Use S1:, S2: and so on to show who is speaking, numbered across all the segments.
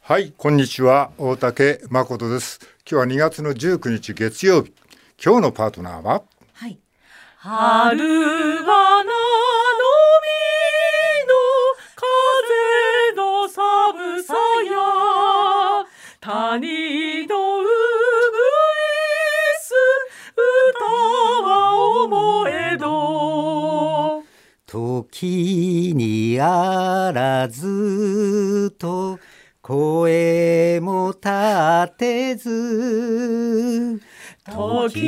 S1: はいこんにちは大竹誠です今日は2月の19日月曜日今日のパートナーは
S2: はい。
S3: 春花の実の風の寒さや谷のうぐいす歌は思えど
S4: 時にあらずと声も立てず
S3: 時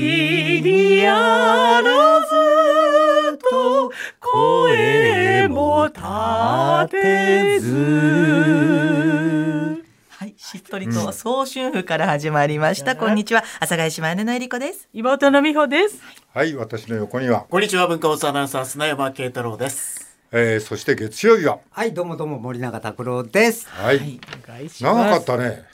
S3: にあらずと声も立てず
S2: はい。しっとりと早春風から始まりました。こんにちは。阿佐ヶ谷姉妹ののえりこです。
S3: 岩田の美穂です
S1: はい私の横には、
S5: こんにちは文化放送アナウンサー砂山慶太郎です。
S1: えー、そして月曜日は
S4: はいどうもどうも森永拓郎です
S1: はい、
S3: お願いし
S1: 長か
S3: ま
S1: っ
S3: す
S1: たね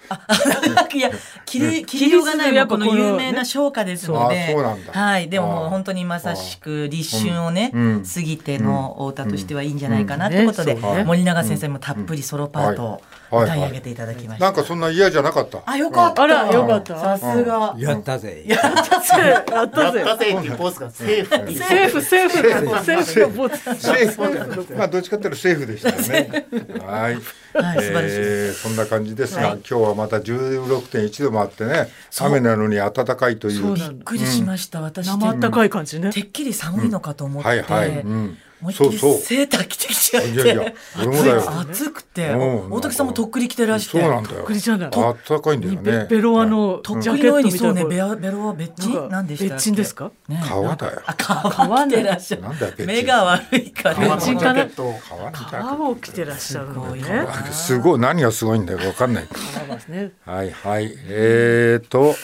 S2: いや、切れ、切りようがない、
S3: 切り
S2: も
S3: 捨
S2: う
S3: て
S2: こ
S3: この
S2: の有名な唱歌ですの
S1: あ
S2: で。
S1: そうなんだ
S2: はい。でもも
S1: あ
S2: う
S1: ー
S2: 本当にまさしく立春をね、
S1: うん
S2: 過ぎてのお歌としてはいいんじゃないかなってことで、
S3: うんそうね
S2: 森永先生もたっぷりソロパートを
S1: うんはい
S2: 歌い上げていただきました。
S1: なんかそんな嫌じゃなかった
S2: あ、よかった。
S3: あらよかった
S2: さすが。
S4: やったぜ
S3: やったぜ
S5: やったぜっていうポーズがセーフっていう。
S3: セーフセーフセーフのボツ
S1: 政府まあどっちかっていうと政府でしたよね。はい。
S2: はい素晴らしい
S1: えーそんな感じですが、
S2: はい
S1: 今日はまた16.1度もあってね、雨なのに暖かいという。
S3: そうな
S2: び
S3: の
S2: っくりしました。私
S3: 生あったかい感じね
S2: てっきり寒いのかと思って、
S1: はいはい。うん。
S2: 思いっき
S1: そう
S2: り
S1: そう。
S2: セーター着てきちゃって
S1: いやいや俺もだよ
S2: 暑くて
S1: うん
S2: 大竹さんもとっくり着てらし
S1: そ
S2: て
S1: うなんだよ。
S3: くりじゃない
S1: 暖かいんだよ
S3: ベ
S1: ね。
S3: ベロアのジ
S2: とっ
S3: ャ
S2: くり
S3: ケ
S2: の上
S3: ット
S2: に
S3: み
S2: そ
S3: た
S2: う
S3: いな
S2: ね
S3: こ
S2: ベアベロは別
S3: なん
S2: 人
S3: か
S2: なんでしたっけ
S3: 別人ですか
S2: ね
S1: 川だよ
S2: あ川着てらっしゃる
S1: なんだよ別人
S2: 目が悪いか
S5: 革
S2: ら
S5: のジャケットを
S1: 川みたい
S3: あ
S1: な
S3: もう来てらっしゃるのね
S1: すごい何がすごいんだよわかんない。
S3: そうですね
S1: はいはい。えーと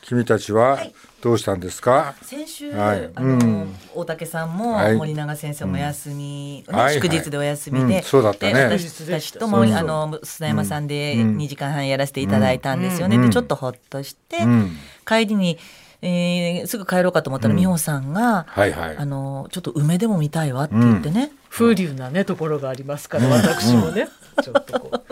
S1: 君たちはどうしたんですか。
S2: 先週、
S1: はい
S2: あ
S1: う
S2: の
S1: ん
S2: 大竹さんも
S1: はい
S2: 森永先生もお休み、
S1: うんはい
S2: 祝日でお休みで,、
S1: はいうんそうだったね
S2: で私たちとも
S1: そうそう
S2: あの砂山さんで
S1: うん
S2: 2時間半やらせていただいたんですよね、
S1: うん
S2: でちょっとほっとして、
S1: うん。
S2: 帰りに、えーすぐ帰ろうかと思ったら、
S1: うん
S2: 美穂さんが、
S1: はいはい
S2: あ。のちょっと梅でも見たいわって言ってね、
S3: 風流なねところがありますから私もねちょっとこう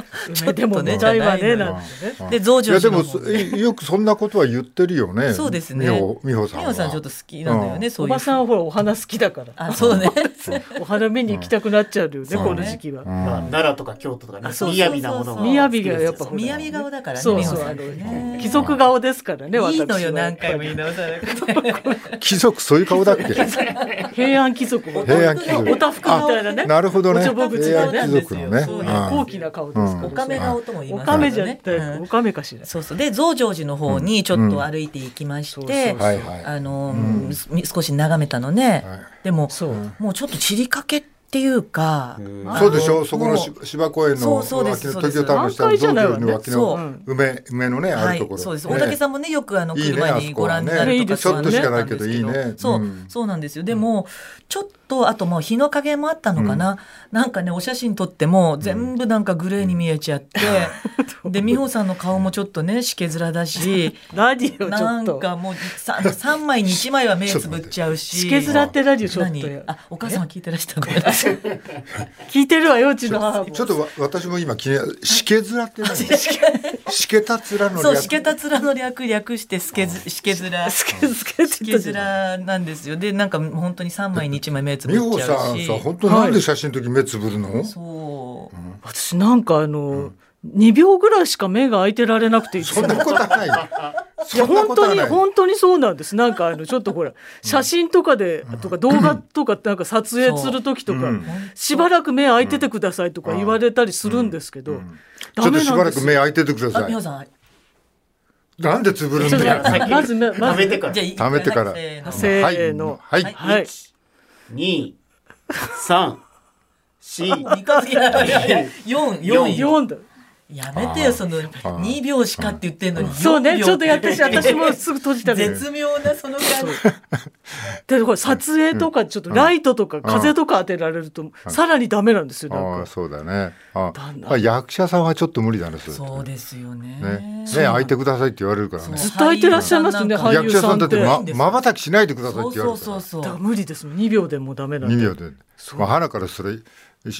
S3: 梅でもねちゃいわねなんてね
S2: で増
S1: いやで
S2: 上寺
S1: も
S2: の方
S1: そよくそんなことは言ってるよね。
S2: そうですね
S1: 美穂美穂さん
S2: 美
S1: は。
S2: 穂さんちょっと好きなんだよね、
S1: う
S2: そ
S3: お
S2: ういう
S3: ばさんはほらお花好きだから
S2: あ そうね
S3: お花見に行きたくなっちゃうよね
S1: うん
S3: この時期は
S5: まあ奈良とか京都とかね、
S2: あそうそうそう
S5: 雅なものが。
S3: 雅がやっぱほら
S2: 雅顔だからね
S3: そう
S2: 美
S3: そ
S2: 穂さん
S3: うあ
S2: って
S3: の
S2: ね
S3: 貴族顔ですからね
S2: い
S3: 私
S2: いのよ
S3: は
S2: 何回も言い直さなくて
S1: 貴族そういう顔だっけ。
S3: 平安貴族
S1: 平安貴族
S3: おたふくみたいなね
S1: なるほどね。
S3: おちょぼ口で
S1: 平
S3: ね
S1: 安貴族のね。
S2: そういう
S3: 高
S1: あ
S3: 貴な顔ですから
S2: おかめ顔とも言い
S3: お
S2: ます
S3: か
S2: よね
S3: めじゃって
S2: うん
S3: おかめかしら
S2: そうそうで増上寺の方にちょっと歩いていきまし
S3: うん
S2: て、
S3: そう
S1: はいはい
S2: あの、す少し眺めたのね、
S1: はい
S2: でも
S3: そう
S2: もうちょっと散りかけっていうか、あの
S1: そうでしょ。そこの
S2: もう
S1: し芝公園の
S2: そう
S1: 脇
S2: そう
S1: の
S2: です
S1: 東
S2: そうです
S1: 京タワーの下の
S3: 満開じ
S1: 道
S3: ゃないわ
S1: 場
S3: ね
S1: の脇
S2: そ
S1: の梅梅のねあ
S2: は
S1: る
S2: い
S1: ところ。
S2: そうです。
S1: ね
S2: 大竹さんもね、よくあの、
S1: いいね
S2: 来る前にご覧になるとか
S3: あそこはね
S2: そうなんで
S1: ちょっとし
S2: す
S1: かないけどいいね、
S2: そううんそうなんですよ。でも、ちょっと、あともう日の加減もあったのかな。なんかね、お写真撮っても、全部なんかグレーに見えちゃって、で、美穂さんの顔もちょっとね、しけ面だし、
S3: ラジオちょ
S2: な
S3: っ
S2: ん
S3: と
S2: かもう、さ3枚に1枚は目つぶっちゃうし。
S3: しけ面ってラジオちょっと
S2: 何あ、お母様聞いてら したごめんなさい。
S3: 聞いてるわようちの母も
S1: ちょっとわ私も今気になるしけずらって何？しけたつらの略
S2: そう、しけた面の略、略して、すけず、しけ面。
S3: つけつけ
S2: つ
S3: つ
S2: け
S3: け
S2: づらなんですよ。で、なんか本当に3枚に1枚目つぶ
S1: 美
S2: っち
S1: 穂
S2: ゃ
S1: さ
S2: うんし。
S1: さ本当なんで写真の時目つぶるの？
S2: そう。
S3: 私なんかあの2秒ぐらいしか目が開いてられなくていつ
S1: そ
S3: も
S1: んなことはない。
S3: いや
S1: そんな
S3: 本
S1: こと
S3: 当
S1: は
S3: に
S1: ない。
S3: 本当にそうなんですなんかあのちょっとほら写真とかでとか動画とかなんか撮影する時とか
S1: うん
S3: しばらく目開いててくださいとか言われたりするんですけど
S1: ちょ
S3: ダメ
S1: っと
S3: なんです
S1: しばらく目開いててくだ
S2: あ、
S1: さ
S2: 美
S1: い
S2: 穂。さん。
S1: なんでつぶるん
S3: ちょっと
S1: だよ。
S3: 待ってまず目ま
S5: 食
S3: ず
S5: べてから
S2: じゃあ、
S1: 貯めてから
S2: せーの
S3: せーの
S1: はい。
S2: はい
S3: はい
S5: 二、三、四、
S2: 三日月四四よ。
S3: 4だ
S2: やめてよ、その二秒しかって言ってんのに。
S3: そうね
S2: 四秒
S3: ちょっとやってし私もすぐ閉じたけど
S2: 絶妙なその感じ。
S3: でこれ撮影とかちょっとライトとか風とか当てられるとさらにダメなんですよ
S1: あ
S3: なん
S1: あ
S3: か
S1: そうだね。あ
S3: だんだん
S1: あ役者さんはちょっと無理だね。それ
S2: そうですよね。
S1: ね。ね
S2: そう
S1: 開いてくださいって言われるからね
S2: そ。う
S3: ずっと開いてらっしゃいますよね
S2: 俳
S3: 俳
S1: 役
S3: 優
S1: 者
S3: さ
S1: さん
S3: ん
S1: だ
S3: っ
S1: って
S3: て
S1: ま
S2: 俳優さんって
S1: まばたきしないでください
S2: そ
S1: っ
S2: う
S1: て言わ
S2: そう
S1: れるか
S2: そ
S1: ら
S2: う。そう。
S3: 無理ですもん2秒でもダメなん
S1: 二
S3: で
S1: 秒で。
S3: そう
S1: まあ花からそれ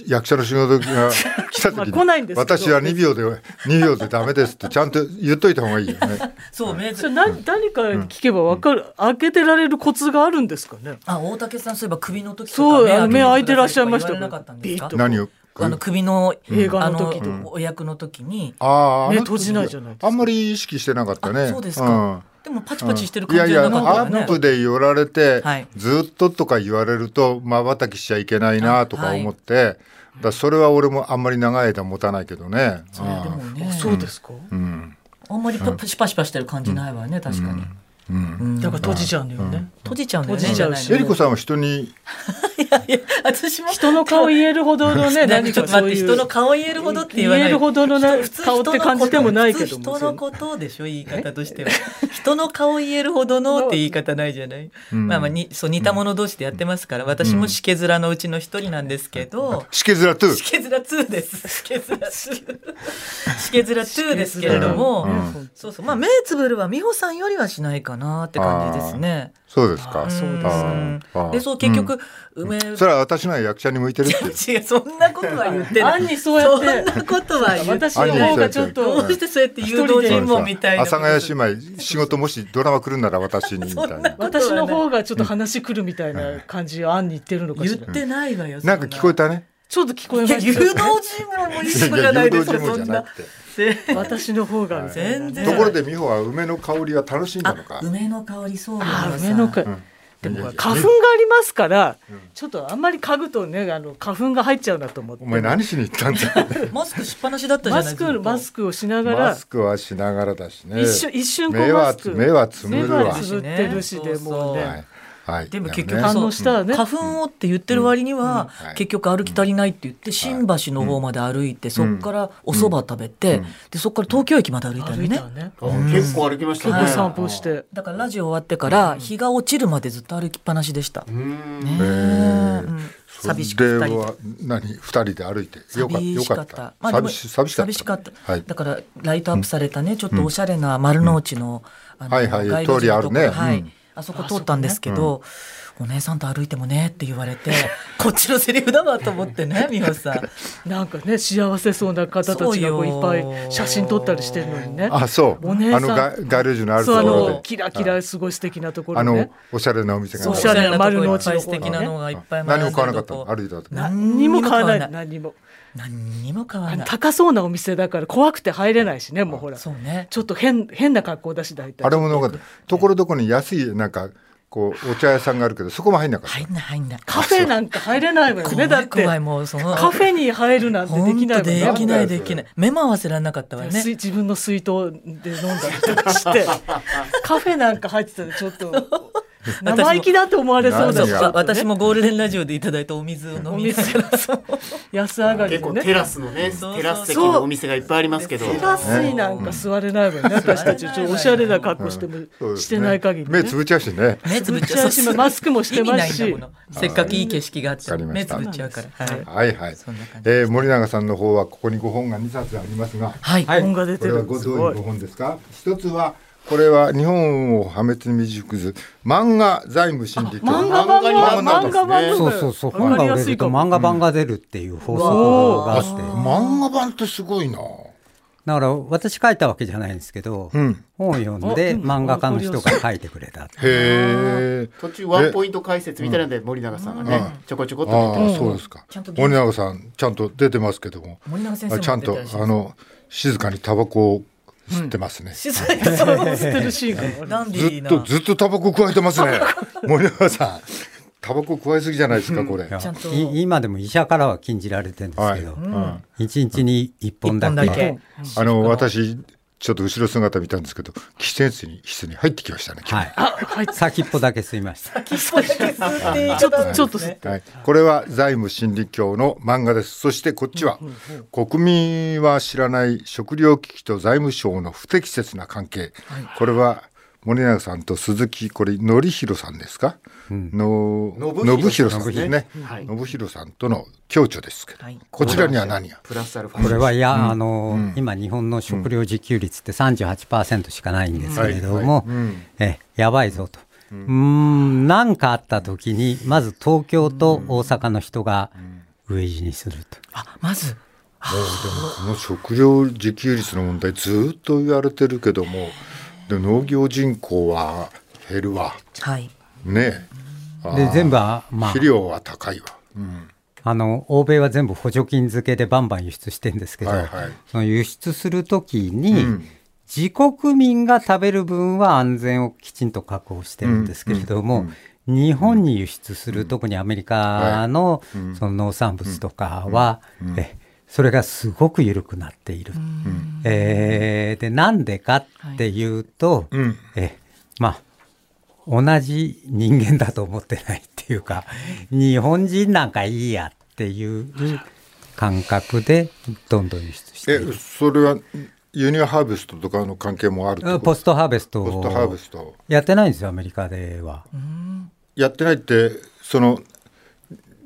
S1: 役者の仕事 が来た
S3: まあ
S1: 時
S3: 来ないん
S1: に
S3: ですけど
S1: 私は2秒で2秒でダメですってちゃんと言っといた方が いいよね。
S2: そうね
S3: それ何誰かに聞けばわかる、開けてられるコツがあるんですかね。
S2: あ大竹さんそういえば首の時と
S3: そう
S2: か
S3: 目開いてらっしゃいましたよ
S2: 言われなかったんですか
S3: ビッと
S1: 何を
S2: あの首の
S3: 映画
S2: あの
S3: の時とか
S2: お役の時に
S1: あー
S3: 目
S1: あの時
S3: 閉じないじゃないですか
S1: あんまり意識してなかったね。
S2: あそうですかでもパチパチしてる感じ
S1: いや
S2: は
S1: や
S2: いなか
S1: ア
S2: ったから
S1: ッ
S2: ね
S1: プで寄られて、
S2: はい
S1: ずっととか言われるとまばたきしちゃいけないなとか思って、だからそれは俺もあんまり長い間持たないけどね。
S2: それでもね
S3: あそうですか。
S1: うん
S2: あんまりパパシパシパしてる感じないわね確かに
S1: うん
S2: うん
S3: だから閉じちゃうんだよね。
S2: 閉じちゃうんだよね
S3: 閉じちゃう
S2: じ
S3: し
S1: え
S2: ゃない
S1: り
S2: の
S1: こさんは人に
S2: いや私も
S3: 人の顔言えるほどの
S2: な
S3: ね、
S2: んか
S3: 何
S2: ちょっ
S3: か
S2: と
S3: そ
S2: 待っ
S3: う
S2: て
S3: いう。
S2: 人の顔言えるほどって言わない
S3: 言えるほどのな
S2: 人普通
S3: 顔って
S2: 人のこと
S3: 感じてもないけど
S2: 普
S3: も
S2: 通人のことでしょ言い方としては人の顔言えるほどのって言い方ないじゃない、まあまあにそう似た者同士でやってますから、私もしけずらのうちの一人なんですけど、
S1: しけずらトゥ
S2: しけずら2です。しけずら2。しけずら2ですけれども、
S1: うん
S2: そうそう。まあ、目つぶるは美穂さんよりはしないかなって感じですね。
S1: そうですか。
S3: そうです
S1: あ
S2: う
S1: ー
S2: んで、そう、結局、梅、
S1: それは私のは役者に向いてるって いう。
S2: 違う、そんなことは言ってない。
S3: 暗にそうやって
S2: そんなことは言って
S3: 私の方がちょっ
S1: あ
S2: ど
S3: と
S2: うしてそうやって誘導尋問みたい
S1: 阿
S2: な。
S1: 佐ヶ谷姉妹仕事もしドラマ来るなら私にみたいな。
S3: 私の方がちょっと話来るみたいな感じが案に言ってるのか
S2: 言
S3: し
S2: っ
S3: ら。
S2: てないわよ。
S1: なんか聞こえ
S2: た。
S1: たね。
S3: ちょっと聞こえ
S2: い
S3: ま
S2: や、誘
S3: し
S2: 導
S3: た
S2: 尋問もいいことじゃないですか、
S1: いや誘導尋問
S2: そ
S1: じゃ
S2: ん
S1: な
S2: な
S1: くて。
S2: で
S3: 私の方がみたいな
S2: 全然
S1: ところで美穂は梅の香りは楽しんだ
S2: あ
S1: のか、。
S2: 梅の香り、そうな
S3: あ梅の
S2: 香
S3: 会
S2: り。
S3: でもほら
S1: いやいや
S3: 花粉がありますから、ちょっとあんまり嗅ぐとねあの花粉が入っちゃうなと思って
S1: お前何しに行ったんだよ。
S2: マスクしっぱなしだったじゃな
S3: マ
S2: い
S3: ス
S2: ずっ
S3: ク
S2: と
S3: マスクをしなが
S1: マ
S3: ら
S1: スクはしながらだしね。
S3: 一瞬一瞬こ
S1: 目
S3: う
S1: は
S3: マスク
S1: 目はつむるわ
S3: 目はつぶってるしで
S2: ね
S3: もう
S2: そうそ
S3: ね
S2: う
S1: はい。はい。
S2: でも
S1: だよ
S2: 結
S1: ね
S2: 局
S3: 反
S2: そ
S3: 応
S2: う
S3: したらね
S2: 花粉をって言ってる割には、
S1: うんはい
S2: 結局歩き足りないって言って、新橋の方まで歩いて、そこからお蕎麦食べて、でそこから東京駅まで歩いた
S3: 歩
S2: り
S3: い
S2: ね
S3: たわね
S5: あ結構歩きました
S3: 結
S5: ね。
S3: 構散歩して
S2: だからラジオ終わってから日が落ちるまでずっと歩きっぱなしでした、
S5: うーん。
S2: ねえうん寂しく
S1: そ
S2: 二
S1: れ
S2: 人で
S1: は何二人で歩いてよか
S2: 寂
S1: よ
S2: し
S1: か
S2: か
S1: っ
S2: った
S1: た。。
S2: まあでも
S1: 寂し寂しかった。
S2: 寂しかった
S1: はい。
S2: だからライトアップされたね、ちょっとおしゃれな丸の内の、あの
S1: はいはい
S2: 街路樹のとこ
S1: 通りあるね
S2: は
S1: う
S2: い
S1: ん。
S2: あそこ通ったんですけど、お姉さんと歩いてもねって言われて、こっちのセリフだわと思っ てね、美穂さん。
S3: なんかね幸せそうな方たちがこういっぱい写真撮ったりしてるのにね
S1: あそう。
S3: お姉さん
S1: あのが街路樹のあると
S3: そう
S1: こ
S3: あ
S1: ろ
S3: の
S1: で。
S3: キラキラすごい素敵なとこ
S1: あ
S3: ろ
S1: の
S3: ね
S1: おしゃれなお店が
S3: おしゃれな丸の内の
S2: 素敵なのがいっぱい
S1: 何
S2: 並
S1: も
S2: んでるとこ。
S1: 買わなかったの歩いた時
S2: 何に
S3: 何に
S2: も
S3: も
S2: 買
S3: 買
S2: わな
S3: わないい。何にも
S2: 何にも買わない。
S3: 高そうなお店だから怖くて入れないしねもうほら
S2: そうね。
S3: ちょっと変変な格好だし大体
S1: あれもなかったところどころに安いなんかこうお茶屋さんがあるけどそこも入んなかった、
S2: 入んない入んない。
S3: カフェなんか入れないわよねだって
S2: 怖い
S3: カ
S2: もうその。
S3: フェに入るなんてでき
S2: 本
S3: な
S2: 当
S3: い
S2: で
S3: わよ
S2: きないできない。目も合わせられなかったわね
S3: 水。自分の水筒で飲んだりとかして カフェなんか入ってたらちょっと生意気だと思われそう
S2: そ
S3: だ
S2: う
S3: し
S1: 何
S2: そ
S1: が
S2: う
S3: ちょっとね
S2: 私もゴールデンラジオでいただいたお水を飲み ながらそう
S3: 安上がりで
S5: 結構
S3: ね
S5: テラスのね、
S2: そうそう
S5: テラス席のお店がいっぱいありますけど。
S3: テラスになんか座れないわよね私たちちょっとおしゃれな格好しても
S1: そうです
S3: してない限りね
S1: 目つぶっちゃうしね
S2: 目つぶっちゃ
S3: ぶ
S2: う
S3: っちゃうしマスクもしてますし
S2: 意味ないんだものせっかくいい景色があっ
S1: わ
S2: て
S1: かりま
S2: 目
S1: し
S2: つ
S1: た
S2: ぶっちゃうからはい、
S1: はいはい
S2: そんな感、じ
S1: えー、森永さんの方はここに5本が2冊ありますが
S2: はい
S3: 本が出
S1: こ
S3: て
S1: れは
S3: る
S1: ご
S3: す
S1: どうい
S3: ご
S1: う
S3: い
S1: 5本ですか一つはこれは日本を破滅に導く図漫画財務心理教
S3: 漫画版
S5: 漫画版
S3: が
S5: なん
S3: 漫
S5: ですね
S3: 画版
S5: そ
S4: そう
S3: の
S4: うそうそう
S3: わか
S4: 本
S3: り
S4: が
S3: や
S4: 売れ
S3: すい
S4: ると
S3: かも
S4: 漫画版が出るっていう法則があって
S1: 漫画版ってすごいな
S4: だから私書いたわけじゃないんですけど、
S1: ん
S4: 本を読ん
S3: あで
S4: で
S3: も
S4: 漫画家の人が書いてくれた
S1: へえ
S5: 途中ワンポイント解説みたいなので森永さんがね、ちょこちょこっと出てま
S1: ああ
S5: した
S1: そうですか
S2: ちゃんと
S1: 森永さんちゃんと出てますけども
S2: 森永先生
S1: あ
S2: も
S1: ち ゃんと
S2: 出てらっしゃい
S1: あの静かにタバコを吸ってますね、
S2: 静かにそう
S3: 捨てるシーンがある
S2: ダンデ
S1: ず
S2: ィ
S1: っ
S2: ーな
S1: とずっとタバコ加えてます ね森永さんタバコ加えすぎじゃないですかこれ、
S2: ちゃんと
S4: い今でも医者からは禁じられてるんですけど、
S1: うん
S4: 一日に一本だけ
S2: 一本だけ
S1: あの私ちょっと後ろ姿見たんですけど喫煙室に室に入ってきましたね、今
S4: はい先っぽだけ吸いました
S2: それだけ吸っていい
S3: ちょっ
S2: 方なん
S3: と
S2: ですね
S3: ち
S1: 日
S3: ょっと
S1: はい、これは財務心理教の漫画ですそしてこっちは、国民は知らない食糧危機と財務省の不適切な関係、これは森永さんと鈴木これ典弘さんですか、の
S5: 信
S1: 信
S5: 弘
S1: 弘
S5: さ
S1: さ
S5: ん
S1: ん
S5: です
S1: で
S5: ね
S1: すね
S5: はい
S1: 信弘さんとの共著ですけど、
S2: はい
S1: こちらには何が
S5: プラスアルファ。
S4: これはいや、あの今日本の食料自給率って38%しかないんですけれども、えやばいぞと。うーん、なんかあった時にまず東京と大阪の人が飢え死にすると。
S2: あま
S1: も
S2: ず
S1: うでもこの食料自給率の問題ずっと言われてるけどもで農業人口は減るわ
S2: はい
S1: ねえあ
S4: で
S1: ー
S4: 全部は、まあ
S1: 肥、料は高いわ、うん
S4: あの欧米は全部補助金付けでバンバン輸出してるんですけど、
S1: はいはい
S4: その輸出するときに、
S1: ん
S4: 自国民が食べる分は安全をきちんと確保してるんですけれども、日本に輸出する、特にアメリカの,、その農産物とかは、えそれがすごく緩くなっている。えーでなんでかっていうと、
S1: ん
S4: えまあ同じ人間だと思ってないっていうか日本人なんかいいやっていう感覚でどんどん輸出してい
S1: え
S4: る
S1: それは輸入ハーベストとかの関係もあるってこと
S4: ポストハーベスト
S1: ポストハーベスト
S4: やってないんですよアメリカでは
S1: やってないってその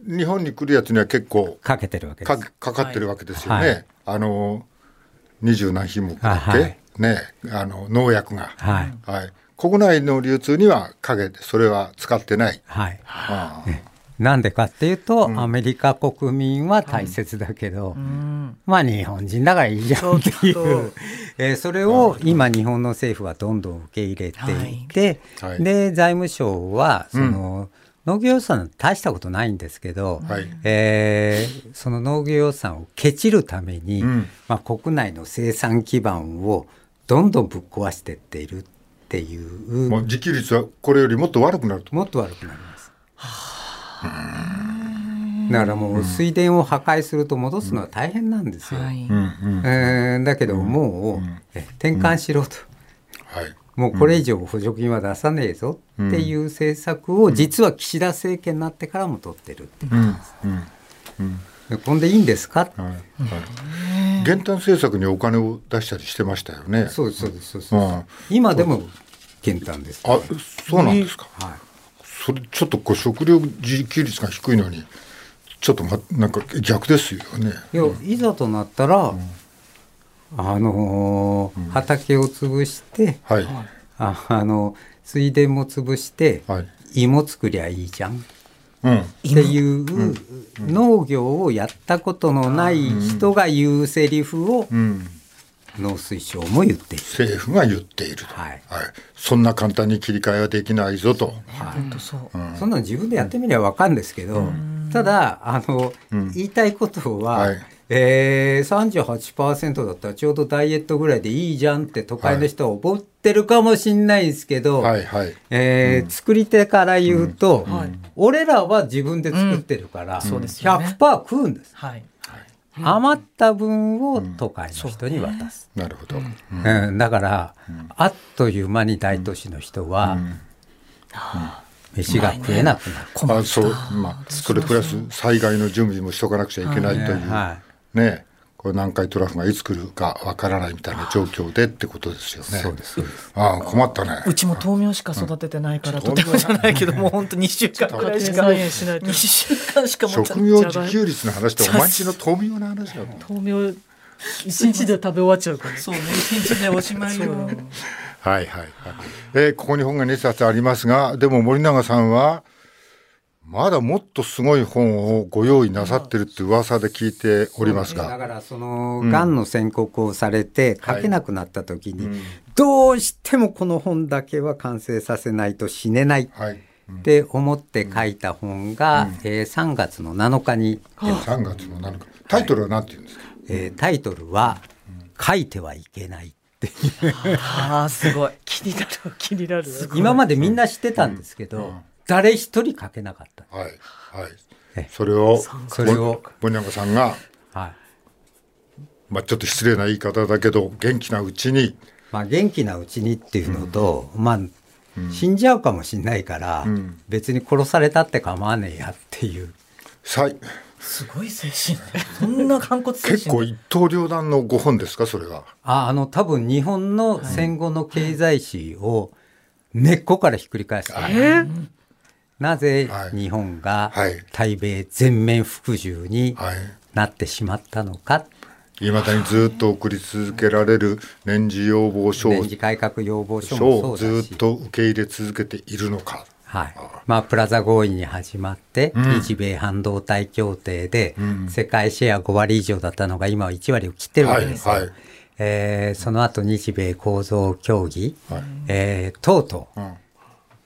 S1: 日本に来るやつには結構
S4: かけてるわけで
S1: か
S4: す
S1: かかってるわけですよね、
S4: はい
S1: あの二十何品目だっけ、
S4: あはい
S1: ねあの農薬が、
S4: はい
S1: はい国内の流通には陰でそれは使ってない、
S4: はい
S1: ああ
S4: なんでかっていうと、アメリカ国民は大切だけど、まあ日本人だからいいじゃんっていう
S3: そうそう
S4: えーそれを今日本の政府はどんどん受け入れていて、
S1: はいはい
S4: で財務省はその、農業予算大したことないんですけど、
S1: はい
S4: えーその農業予算をケチるために、
S1: ん
S4: まあ、国内の生産基盤をどんどんぶっ壊してっているっていう
S1: もう自給率はこれよりもっと悪くなると
S4: もっと悪くなります。だからもう水田を破壊すると戻すのは大変なんですよ。
S2: はい、
S4: えーだけどもう、え転換しろと、
S1: はい
S4: もうこれ以上補助金は出さねえぞっていう政策を実は岸田政権になってからも取ってるっていううん
S1: うん
S4: でこんでいいんですか、
S1: はいはい減反政策にお金を出したりしてましたよね
S4: そうですそうですそうですそうです、
S1: うん
S4: 今でも減反です、
S1: あそうなんですか、
S4: はい
S1: それちょっとこう食料自給率が低いのにちょっと、ま、なんか逆ですよね
S4: いや、いざとなったら、あのー畑を潰して、
S1: はい、
S4: ああの水田も潰して、
S1: はい
S4: 芋作りゃいいじゃんっ
S1: うん
S4: ていう、農業をやったことのない人が言うセリフを、
S1: うん、
S4: 農水省も言っている。
S1: 政府が言っていると、
S4: はい
S1: そんな簡単に切り替えはできないぞと、
S2: 本当そう、
S4: そんなの自分でやってみりゃわかるんですけど、ただあの、言いたいことは、
S1: はい
S4: えー、38%だったらちょうどダイエットぐらいでいいじゃんって都会の人は思ってるかもしんないですけど、
S1: はいはい
S4: えー作り手から言うと、
S3: はい
S4: 俺らは自分で作ってるから、
S2: そうですよね
S4: 100%食うんです、
S2: はい
S4: 余った分を都会の人に渡す、
S1: なるほど、うん
S4: うんだから、あっという間に大都市の人は、飯が食えなくなる。
S1: あそうまあそれプラス災害の準備もしとかなくちゃいけないという、
S4: は
S1: ねこれ南海トラフがいつ来るかわからないみたいな状況でってことですよね
S4: そうですそうです
S1: ああ困ったね
S2: うちも豆苗しか育ててないから、とて もじゃないけどもう本当2週間くらいしか
S3: ちょっと待って再現しないと
S2: 2週間しか持た
S1: 食料自給率の話とお前んちの豆苗の話だもん
S3: 豆苗一日で食べ終わっちゃうから
S2: そうね一日でおしまいよ
S1: はいはいはい、えーここに本が2冊ありますがでも森永さんはまだもっとすごい本をご用意なさってるって噂で聞いております
S4: だ
S1: が
S4: からそのがんの宣告をされて書けなくなった時に、どうしてもこの本だけは完成させないと死ねないっ
S1: はい
S4: て思って書いた本が、えー3月の7日に、
S1: 3月の7日タイトルは何て言うんですか、
S4: えータイトルは「書いてはいけない」って
S2: ああすごい
S3: 気になる気になる
S4: 今までみんな知ってたんですけど、誰一人書けなかった。
S1: はいはい
S4: え
S1: それを
S4: それを
S1: 森永さんが、
S4: はい
S1: まあ、ちょっと失礼な言い方だけど元気なうちに
S4: まあ、元気なうちにっていうのと、まあ、死んじゃうかもしれないから、別に殺されたって構わねえやっていう。
S1: さい
S2: すごい精神そんな反骨精神
S1: 結構一刀両断のご本ですかそれは。
S4: ああの多分日本の戦後の経済史を根っこからひっくり返す、
S3: え
S4: なぜ
S1: はい
S4: 日本が
S1: はい
S4: 対米全面服従に
S1: はい
S4: なってしまったのか、
S1: いまだにずっと送り続けられる年次要望書を
S4: 年次改革要望書も
S1: 書を
S4: そう
S1: ず
S4: だし
S1: っと受け入れ続けているのか。
S4: はいまあ、プラザ合意に始まって、日米半導体協定で、世界シェア5割以上だったのが今は1割を切ってるわけですよ、
S1: はいはい
S4: えーその後日米構造協議、
S1: はい
S4: えーとうとう、
S1: うん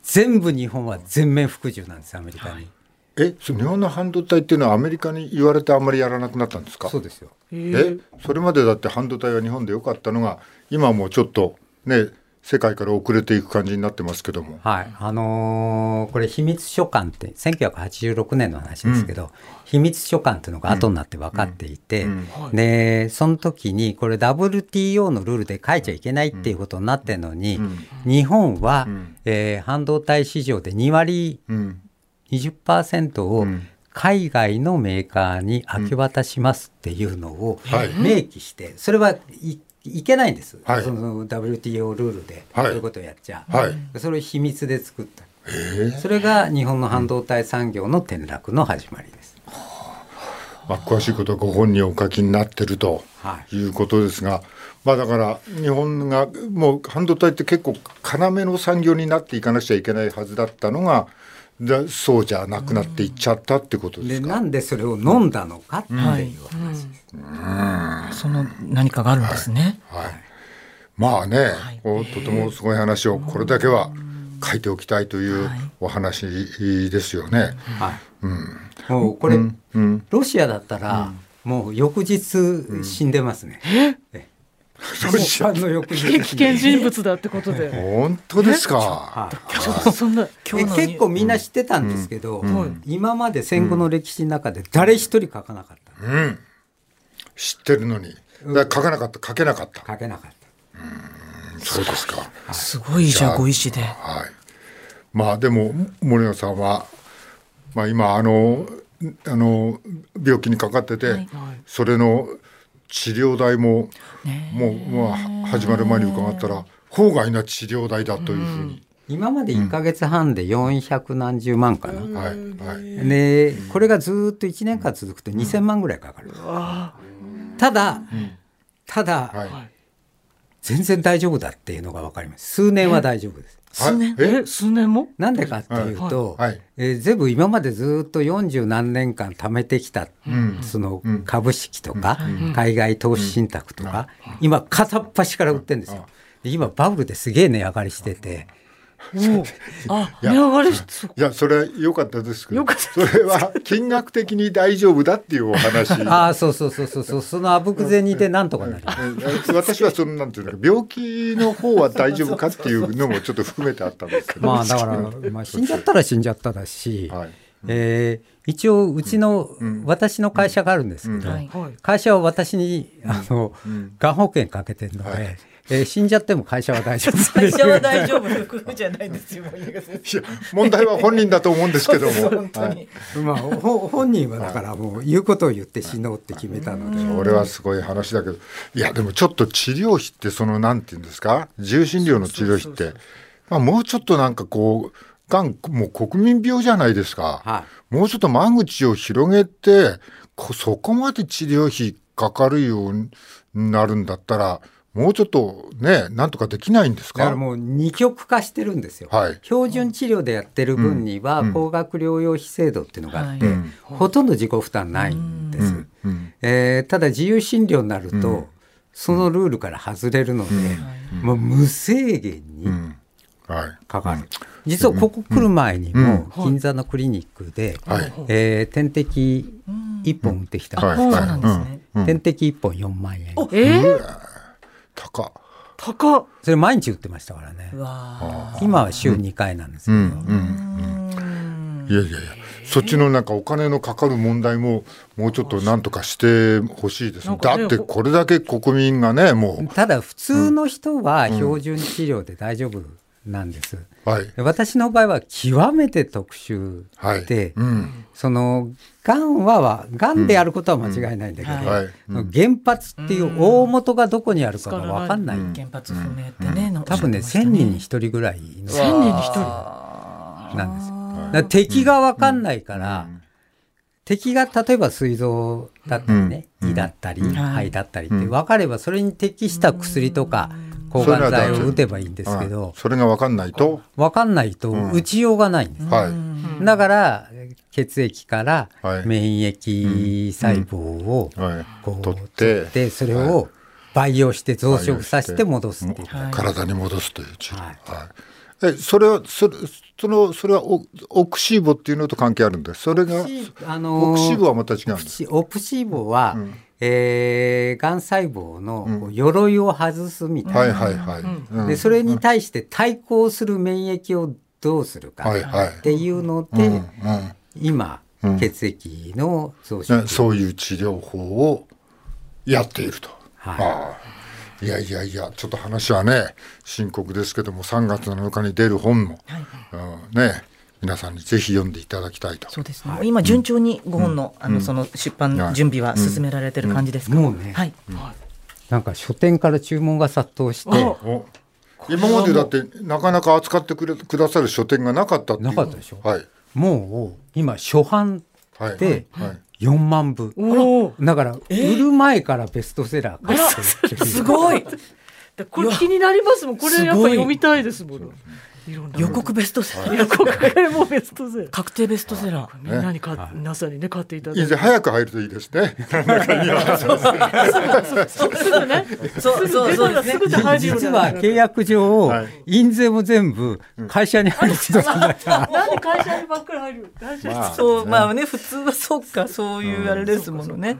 S4: 全部日本は全面服従なんですアメリカに、
S1: えその日本の半導体っていうのはアメリカに言われてあんまりやらなくなったんですか
S4: そうですよ
S1: えそれまでだって半導体は日本で良かったのが今はもうちょっとね世界から遅れていく感じになってますけども、
S4: はい、あのーこれ秘密書簡って1986年の話ですけど、秘密書簡っていうのが後になって分かっていて、でその時にこれ WTO のルールで書いちゃいけないっていうことになってるのに、日本は、えー半導体市場で2割
S1: うん、
S4: 20%を
S1: ん
S4: 海外のメーカーに明け渡しますっていうのを
S1: はい
S4: 明記して、それはいいけないんです、
S1: はい
S4: その WTO ルールで
S1: は
S4: そ
S1: いう
S4: いうことをやっちゃ、
S1: はい
S4: それを秘密で作った、それが日本の半導体産業の転落の始まりです。
S1: まあ、詳しいことはご本人お書きになってると
S4: はい
S1: うことですが、まあ、だから日本がもう半導体って結構要の産業になっていかなくちゃいけないはずだったのがだそうじゃなくなっていっちゃったってことで
S4: ですな
S1: か。
S4: んでそれを飲んだのかっていう話です、
S2: その何かがあるんですね。
S1: はい、まあね、おとてもすごい話をこれだけは書いておきたいというお話ですよね。
S4: はいもうこれ、
S1: うん、
S4: ロシアだったら、もう翌日死んでますね。え
S1: ロシア
S4: の翌
S3: 危
S4: 日
S3: 険人物だってことで。
S1: 本当ですか。
S4: はい
S3: ちょっとそんな。
S2: 今日の
S4: え結構みんな知ってたんですけど、今まで戦後の歴史の中で誰一人書かなかった、
S1: うん、知ってるのに、だから書かなかった、書けなかった。
S4: 書けなかった
S1: そうですか。
S2: すごいじゃあご意志で。
S1: はい。まあでも森野さんは、まあ今あのあの病気にかかってて、
S2: はい
S1: それの治療代も、もうまあ始まる前に伺ったら法外な治療代だというふうに、
S4: 今まで1か月半で400何十万かな、
S1: はいはい。
S4: でこれがずーっと1年間続くと2000万ぐらいかかる、ただ、ただ、
S1: はい
S4: 全然大丈夫だっていうのが分かります数年は大丈夫です
S3: 数年
S1: え
S3: え数年も
S4: なんでかっていうと、
S1: はいはい
S4: えー全部今までずっと40何年間貯めてきた、その株式とか、海外投資信託とか、今片っ端から売ってるんですよ。で今バブルですげえ値上がりしてて、
S3: あ、
S1: いや
S3: 値上がりしそう
S1: いやそれは良かったですけど
S3: 良かっ
S1: それは金額的に大丈夫だっていうお話
S4: ああそうそうそうそうそうそのあぶく銭でなんとかなります。
S1: え私はそのなんていうの病気の方は大丈夫かっていうのもちょっと含めてあったんですけど
S4: まあだから、まあ、死んじゃったら死んじゃっただし、
S1: はい
S4: えー一応うちの、私の会社があるんですけど、
S2: はい
S3: はい。
S4: 会社は私にあの、がん保険かけてるので、
S1: はい
S4: えー死んじゃっても会社は大丈夫です
S2: 会社は大丈夫服じゃないんですよ。もういいで
S1: い
S2: す
S1: や問題は本人だと思うんですけ ども
S2: 本当
S1: はい
S2: に。
S4: まあ、ほ 本人はだからもう言うことを言って死のうって決めたので、
S1: それはすごい話だけどいやでもちょっと治療費ってそのなんていうんですか自由診療の治療費ってまあもうちょっとなんかこうがんもう国民病じゃないですか、
S4: は
S1: もうちょっと間口を広げてこそこまで治療費かかるようになるんだったらもうちょっとねなんとかできないんです
S4: だから
S1: か
S4: もう二極化してるんですよ、
S1: はい
S4: 標準治療でやってる分には高額療養費制度っていうのがあって、
S2: はい
S4: ほとんど自己負担ないんです、
S1: うん
S4: えーただ自由診療になると、そのルールから外れるので、もう無制限に
S1: うんはい
S4: かかる、実はここ来る前にも
S3: うん
S4: 銀座のクリニックで、
S1: はい
S4: えー点滴1本打ってきた、
S1: はい
S2: そうなんですね。
S1: うん
S4: 点滴1本4万円
S3: えー、
S1: 高っ
S3: 高っ。
S4: それ毎日打ってましたからね
S2: うわ
S4: 今は週2回なんですけ
S1: うん
S4: ど、
S1: うんいやいやいや、そっちのなんかお金のかかる問題も、もうちょっとなんとかしてほしいですね
S3: なん。か
S1: だ
S3: ね
S1: ってこれだけ国民がね、も
S4: ただ普通の人は標準治療で大丈夫なんです、
S1: う、はい、
S4: 私の場合は極めて特殊
S1: はい、
S4: で、
S1: うん、
S4: そのがんははがんであることは間違いないんだけど、
S2: うん
S1: はい、
S4: その原発っていう大元がどこにあるかが分かんない、
S2: ー原発不明ってね。
S4: 多分ね1000人に1人ぐらいの
S3: 千人に一人。
S4: なんですよ。だから敵が分かんないから、敵が例えば膵臓だったりね、胃だったり、
S2: はい
S4: 肺だったりって分かればそれに適した薬とか抗がん剤を打てばいいんですけど
S1: それが分かんないと
S4: 分かんないと打ちようがないんです、
S1: はい
S4: だから血液から
S1: はい
S4: 免疫細胞を
S1: はい
S4: こう
S1: 取っ
S4: 取
S1: て
S4: ってそれを培養して増殖させて戻すっていう
S2: はい
S1: 体に戻すという治療
S4: は
S1: はいい、えそれはそれそのそれはオオクシーボっていうのと関係あるんですそれが
S4: あ
S1: オ
S4: の
S1: クシーボ
S4: ー
S1: はまた違うんです
S4: オプシーボは、
S1: ん
S4: えーがん細胞のこう鎧を外すみたいな、
S1: はいはいはい、うん
S4: でそれに対して対抗する免疫をどうするか
S1: はいはい
S4: っていうので、
S1: うんうん
S4: 今、
S1: うん
S4: 血液の増殖
S1: ね、そういう治療法をやっていると。
S4: はい
S1: ああいやいやいやちょっと話はね深刻ですけども3月7日に出る本も、うんね、皆さんにぜひ読んでいただきたいと。
S2: そうですね。もう今順調に5本の、あのその出版準備は進められてる感じですか。
S4: うんもうね
S2: はい。
S4: なんか書店から注文が殺到して
S3: あ
S1: お今までだってなかなか扱ってくれくださる書店がなかったっていう
S4: なかったでしょ
S1: はい
S4: もう今初版
S1: はい
S4: で
S1: はい
S4: 4万部、
S3: おお。
S4: だから売る前からベストセラー書いてるっていう
S2: すご い。
S3: だこれ気になりますもん。これやっぱ読みたいですもん。いろんな
S2: 予告ベストセラー。
S3: 予告編もベストセラー。
S2: 確定ベストセラー。
S3: みんなにか皆さんにね買っていた
S1: い
S3: だ
S1: い
S3: い
S1: で
S3: て。
S1: 早く入るといいですね。
S3: すぐね。
S2: そうそうそ
S3: 出た
S2: うで
S3: ら
S2: す
S3: す
S2: ね
S3: ぐ。じゃ入るように
S4: 実
S3: な
S4: は
S3: る
S4: 契約上
S1: はい
S4: 印税も全部会社に入る人だから
S3: なんで会社にばっかり入る。会社に。
S1: まあ
S2: そうまあね普通はそうかそういうあれですものね。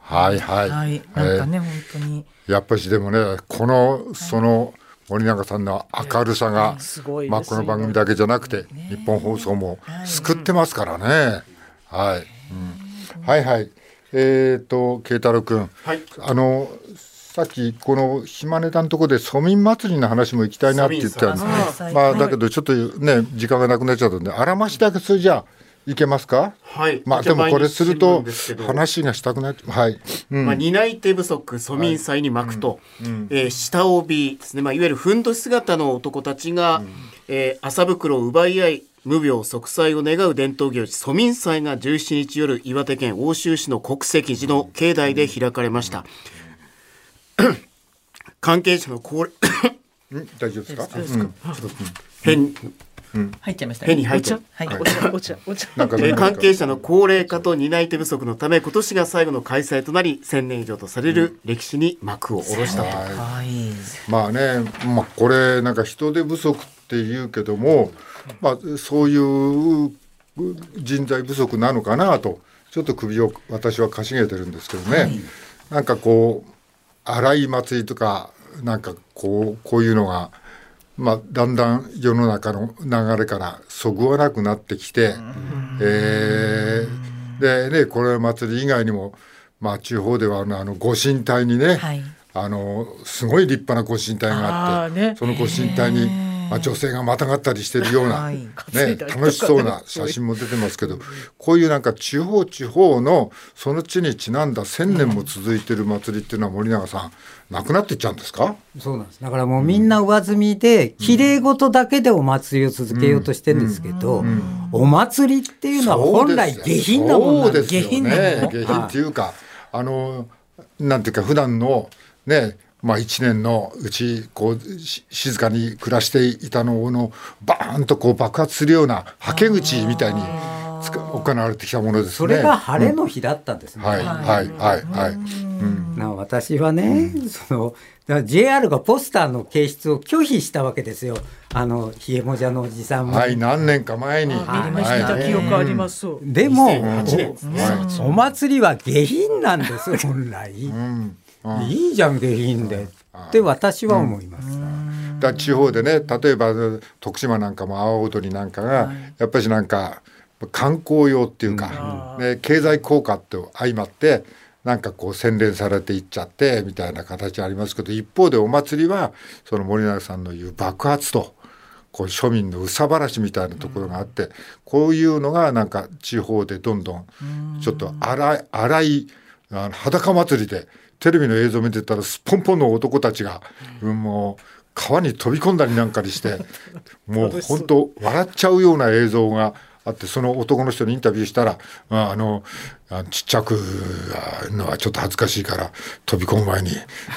S1: はいはい、
S2: はい。なんかね本当に。
S1: えーやっぱりでもねこのその森永さんの明るさが、
S3: すごいです。
S1: まあ、この番組だけじゃなくて、日本放送も救ってますからね。はい、うんはいはい。えっ、と、慶太郎君、
S5: はい
S1: あの、さっきこの島根田のところで庶民祭りの話も行きたいなって言ってたんです。
S5: 庶
S2: 民祭
S1: まあ、だけど、ちょっとね、時間がなくなっちゃったんで、あらましだけそれじゃあ、いけますか。
S5: はい
S1: まあ、でも、これすると
S5: 毎日新聞ですけ、ど
S1: 話がしたくなっはい。うん
S5: まあ、担い手不足庶民祭に巻くと、えー下帯ですね、まあ、いわゆるふんどし姿の男たちが、えー麻袋を奪い合い無病息災を願う伝統行事庶民祭が17日夜岩手県奥州市の国籍寺の境内で開かれました、 関係者の高齢
S1: うん大丈夫ですか。うん
S5: 変
S2: 入っちゃいましたね。
S5: 変に入っちゃう
S2: はい。
S3: お茶お茶お茶。
S1: なんか
S5: えー関係者の高齢化と担い手不足のため今年が最後の開催となり1000年以上とされる歴史に幕を下ろしたと、
S1: はい
S2: はい。
S1: まあね、まあ、これなんか人手不足っていうけども、まあ、そういう人材不足なのかなとちょっと首を私はかしげてるんですけどね、なんかこう荒い祭りとかなんかこうこういうのが、まあ、だんだん世の中の流れからそぐわなくなってきて、えーでねこれ祭り以外にも、まあ、地方ではあのあのご神体にね、
S2: はい
S1: あのすごい立派なご神体があって
S3: あーね
S1: そのご神体に、まあ、女性がまたがったりしてるような、
S2: はい
S1: ね、
S3: 担いだりとかね
S1: 楽しそうな写真も出てますけどこういうなんか地方地方のその地にちなんだ1,000年も続いてる祭りっていうのは森永さんなくなっていっちゃうんですか
S4: そうなんですだからもうみんな上積みで綺麗事だけでお祭りを続けようとしてるんですけどお祭りっていうのは本来
S1: そう
S4: 下
S1: ですよ
S4: 品なものなん
S1: そう
S4: で
S1: ですすよ
S2: 下品なも
S1: ね
S2: の
S1: 下品っていうかあのなんていうか普段のねまあ一年のうちこうし静かに暮らしていたのをのバーンとこう爆発するようなはけ口みたいにつか行われてきたものですね。
S4: それが晴れの日だったんですね。
S1: はいはいはいはい。うん
S4: な私はね、そのだから JR がポスターの掲出を拒否したわけですよ、あのひえもじゃのおじさんも。
S1: はい何年か前に。
S3: 見ました記憶ありますそう。
S4: でも、
S5: 2008年ですね
S4: おお祭りは下品なんです、本来。
S1: うんうん
S4: いいじゃん、下品で。って私は思います。
S1: だから地方でね例えば徳島なんかも阿波踊りなんかが、やっぱりなんか観光用っていうか、ね、経済効果と相まってなんかこう洗練されていっちゃってみたいな形ありますけど一方でお祭りはその森永さんの言う爆発と。こう庶民の憂さ晴らしみたいなところがあって、こういうのがなんか地方でどんどんちょっと荒い荒いあの裸祭りでテレビの映像見てたらすっぽんぽんの男たちが、うんもう 川に飛び込んだりなんかにしてもう本当笑っちゃうような映像があってその男の人にインタビューしたら「ああのあちっちゃくあのはちょっと恥ずかしいから飛び込む前に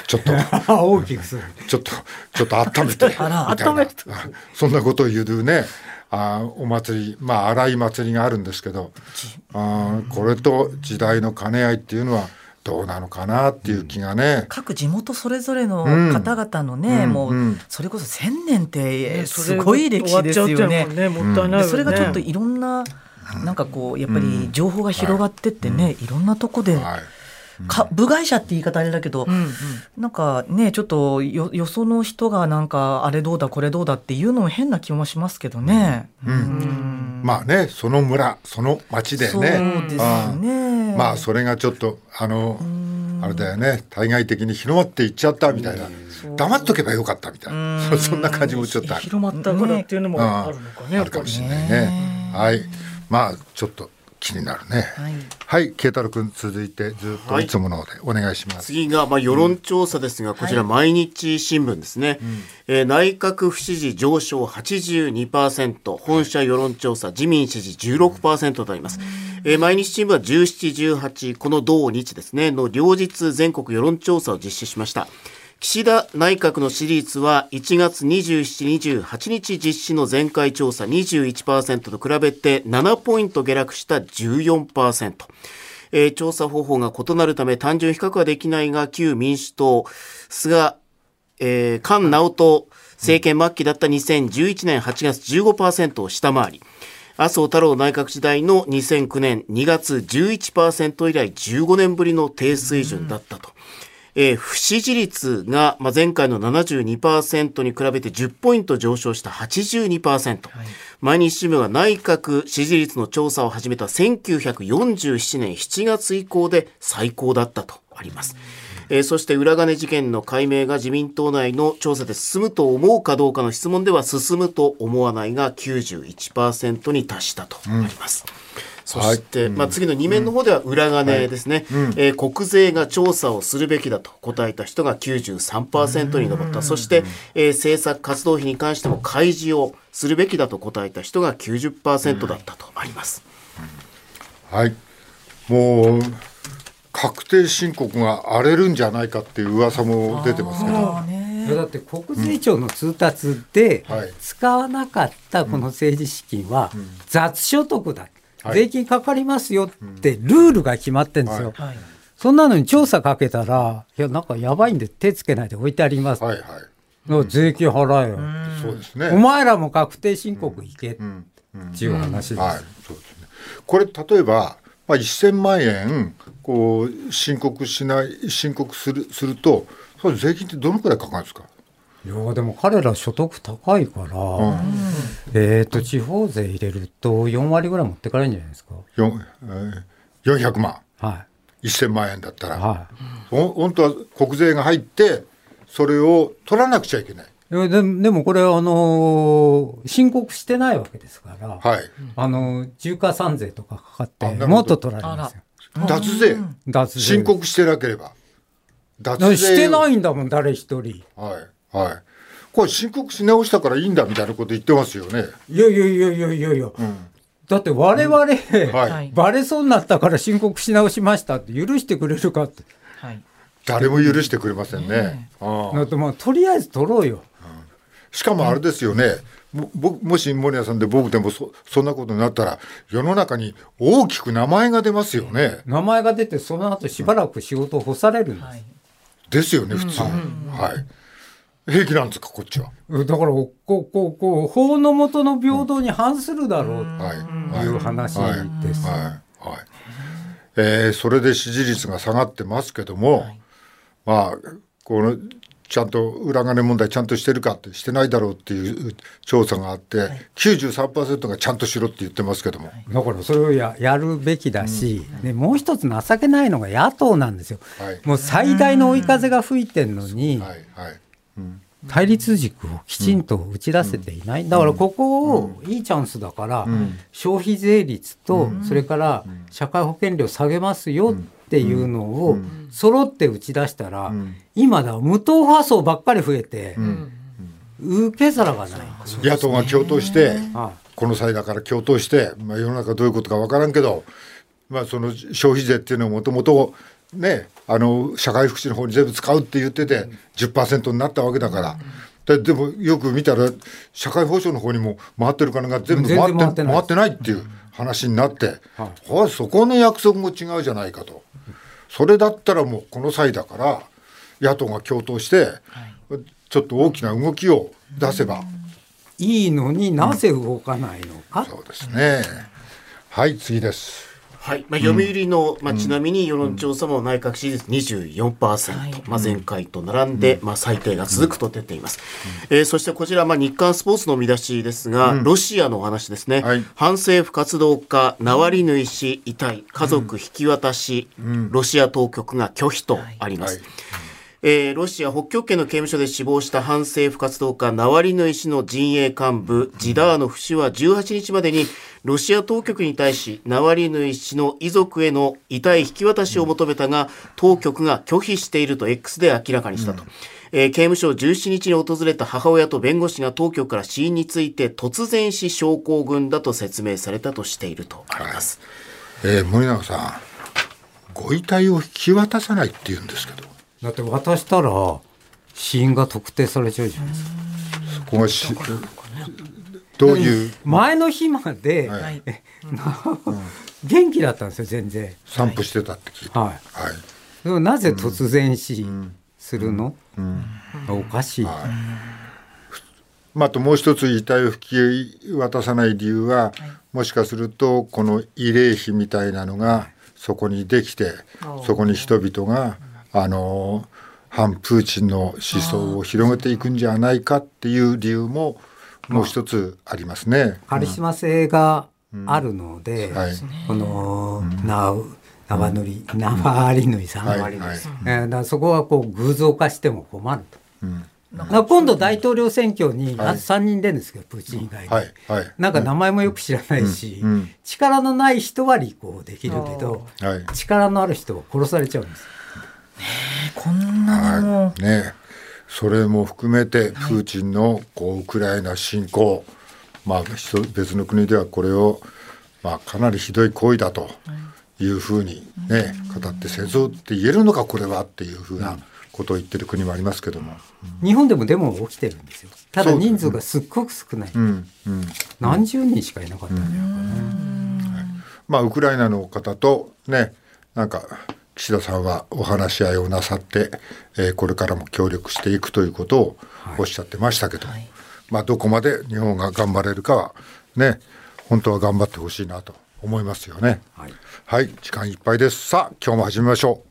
S1: ちょっと
S4: 大きくする。
S1: ちょっとちょっと温めて」みたいな
S3: 温めて
S1: あそんなことを言うねあお祭りまあ荒い祭りがあるんですけどあこれと時代の兼ね合いっていうのはどうなのかなっていう気がね、
S2: 各地元それぞれの方々の
S1: う
S2: ね、
S1: ん
S2: も
S1: う
S2: うんそれこそ千年って
S3: そ
S2: す
S3: れ
S2: ごい歴史ですよ
S3: 終わっち
S2: ね
S3: ゃうっていうのももったいないよ
S2: で
S3: ね。
S2: それがちょっといろんな、なんかこうやっぱり情報が広がってってね、いろんなとこで、
S1: はい
S2: か部外者って言い方あれだけど、
S3: うんうん
S2: なんかねちょっとよよその人がなんかあれどうだこれどうだっていうのも変な気もしますけどね。
S1: うんまあねその村その町で
S2: そう
S1: ね
S2: です
S1: あ
S2: ね。
S1: まあそれがちょっとあのあれだよね対外的に広まっていっちゃったみたいな黙っとけばよかったみたいなそそんな感じもちょっとある
S3: 広まったからっていうのも
S1: あ
S3: あるのかね。
S1: あるかもしれない
S2: ね
S1: ね。はい。まあちょっと気になるね。
S2: はい
S1: はい、慶太郎君続いてずっといつものでお願いします。
S5: 次が、まあ、世論調査ですが、こちら、毎日新聞ですね、えー内閣不支持上昇82%、本社世論調査、自民支持16%となります。えー毎日新聞は17、18、この同日ですね、の両日全国世論調査を実施しました。岸田内閣の支持率は1月27、28日実施の前回調査21%と比べて7ポイント下落した14%。えー調査方法が異なるため単純比較はできないが旧民主党菅、えー菅直人政権末期だった2011年8月15%を下回り麻生太郎内閣時代の2009年2月11%以来15年ぶりの低水準だったと。えー不支持率が、まあ、前回の72%に比べて10ポイント上昇した82%、毎日新聞は内閣支持率の調査を始めた1947年7月以降で最高だったとあります、えーそして裏金事件の解明が自民党内の調査で進むと思うかどうかの質問では進むと思わないが91%に達したとあります。そして、まあ、次の2面の方では裏金ですね、えー国税が調査をするべきだと答えた人が93%に上った、そして、えー政策活動費に関しても開示をするべきだと答えた人が90%だったとあります。
S1: はい。もう確定申告が荒れるんじゃないかっていう噂も出てますけど。
S2: あね
S4: いやだって国税庁の通達で
S1: うんはい
S4: 使わなかったこの政治資金は雑所得だ、
S1: はい
S4: 税金かかりますよってルールが決まってるんですよ、
S2: はい
S4: そんなのに調査かけたらいやなんかやばいんで手つけないで置いてあります、
S1: はいはい。
S4: の税金払えよ、
S1: そうですね。
S4: お前らも確定申告行けっ
S1: うんうん
S4: ていう話です、
S1: はい、そうですね。これ例えば、まあ1000万円こう申告しない申告するすると、それ税金ってどのくらいかかるんですか。
S4: いやでも彼ら所得高いから、えっ、と地方税入れると4割ぐらい持ってかれるんじゃないですか
S1: 四四百万
S4: は
S1: 1000万円だったら。
S4: いはい
S1: ほ本当は国税が入ってそれを取らなくちゃいけない。
S4: いやでもでもこれ、あのー申告してないわけですから、
S1: はい。
S4: あのー重加算税とかかか
S1: あ
S4: って
S1: なるほど
S4: もっと取られますよ
S1: 脱税
S4: 脱税
S1: 申告してなければ脱。
S4: だからしてないいんだもん誰一人
S1: はいはい。これ申告し直したからいいんだみたいなこと言ってますよね。
S4: いやいやいやいやいやいや、
S1: ん
S4: だって我々、
S1: はい。
S2: はい
S4: バレそうになったから申告し直しましたって許してくれるかって
S2: はい
S1: 誰も許してくれませんね。ああ
S4: だってまあとりあえず取ろうよ
S1: しかもあれですよね。も僕もし森谷さんで僕でもそそんなことになったら世の中に大きく名前が出ますよね。
S4: 名前が出てその後しばらく仕事を干されるんです、
S2: はい
S1: ですよね普通。はい。平気なんですかこっちは。
S4: だからこうこうこう法の下の平等に反するだろ
S1: は
S4: う
S1: い。
S4: と
S1: はい
S4: いう話です、
S1: はいはいえーそれで支持率が下がってますけども、まあこのちゃんと裏金問題ちゃんとしてるかってしてないだろうっていう調査があって、93%がちゃんとしろって言ってますけども、
S4: だからそれをややるべきだし、ね、もう一つ情けないのが野党なんですよ、
S1: はい
S4: もう最大の追い風が吹いてるのに、
S1: はいはい
S4: 対立軸をきちんと打ち出せていない、だからここをいいチャンスだから、消費税率と、それから社会保険料下げますよっていうのを揃って打ち出したら、今だ無党派層ばっかり増えて、受け皿がない。
S1: 野党が共闘して、
S4: は
S1: この際だから共闘して、まあ、世の中どういうことか分からんけど、まあ、その消費税っていうのをもともと、ね、あの社会福祉の方に全部使うって言ってて10%になったわけだから。ででもよく見たら社会保障の方にも回ってる金が全部
S4: 全然
S1: 回って
S4: 回ってない
S1: 回ってないっていう話になって、あそこの約束も違うじゃないかと。それだったらもうこの際だから野党が共闘して、ちょっと大きな動きを出せば、
S4: い、いいのになぜ動かないのか、
S1: そうですね。はい、次です。
S5: はいまあ、読売の、まあ、ちなみに世論調査も内閣支持率24%、まあ、前回と並んで、まあ、最低が続くと出ています、えーそしてこちら、まあ、日刊スポーツの見出しですが、ロシアのお話ですね、
S1: はい
S5: 反政府活動家ナワリヌイ氏遺体家族引き渡し、ロシア当局が拒否とあります、
S1: はい
S5: えーロシア北極圏の刑務所で死亡した反政府活動家ナワリヌイ氏の陣営幹部ジダーノフ氏は18日までにロシア当局に対しナワリヌイ氏の遺族への遺体引き渡しを求めたが当局が拒否していると X で明らかにしたと。えー刑務所を17日に訪れた母親と弁護士が当局から死因について突然死症候群だと説明されたとしているとあります。
S1: えー、森永さん、ご遺体を引き渡さないって言うんですけど、
S4: だって渡したら死因が特定されちゃうじゃないですか。
S1: そこがし、どういう
S4: 前の日まで、
S1: はい
S2: い。
S4: 元気だったんですよ全然。
S1: 散歩してたって聞いて、
S4: はい。
S1: はい、
S4: でもなぜ突然死するの、おかしい、
S1: まあ、あともう一つ遺体を引き渡さない理由は、もしかするとこの慰霊碑みたいなのがそこにできてそこに人々があの反プーチンの思想を広げていくんじゃないかっていう理由ももう一つありますね。
S4: カリスマ性があるので、
S1: はい
S4: このナウナワノリ、ナワリヌイさん、
S1: はい
S4: え
S1: はい
S4: ーだからそこはこう偶像化しても困ると。
S1: うん
S4: だから今度大統領選挙にあと3人出るんですけど、プーチン以外に、
S1: はいはい
S4: なんか名前もよく知らないし、
S1: うんうん
S4: 力のない人は立候補できるけど、
S1: はい
S4: 力のある人は殺されちゃうんです。
S2: こんなにも
S1: はい、ねえそれも含めてプーチンのこうウクライナ侵攻、まあ、ひと別の国ではこれを、まあ、かなりひどい行為だというふうに、ね、語って戦争って言えるのかこれはっていうふうなことを言ってる国もありますけども、
S4: 日本でもデモが起きてるんですよ。ただ
S1: そうです
S4: 人数がすっごく少ない。
S1: うんうん
S4: 何十人しかいなかったんじゃないかな。
S1: まあ、ウクライナの方と、ね、なんか岸田さんはお話し合いをなさって、えーこれからも協力していくということをおっしゃってましたけど、まあ、どこまで日本が頑張れるかは、ね、本当は頑張ってほしいなと思いますよね。
S4: はい
S1: はい、時間いっぱいです。さあ、今日も始めましょう。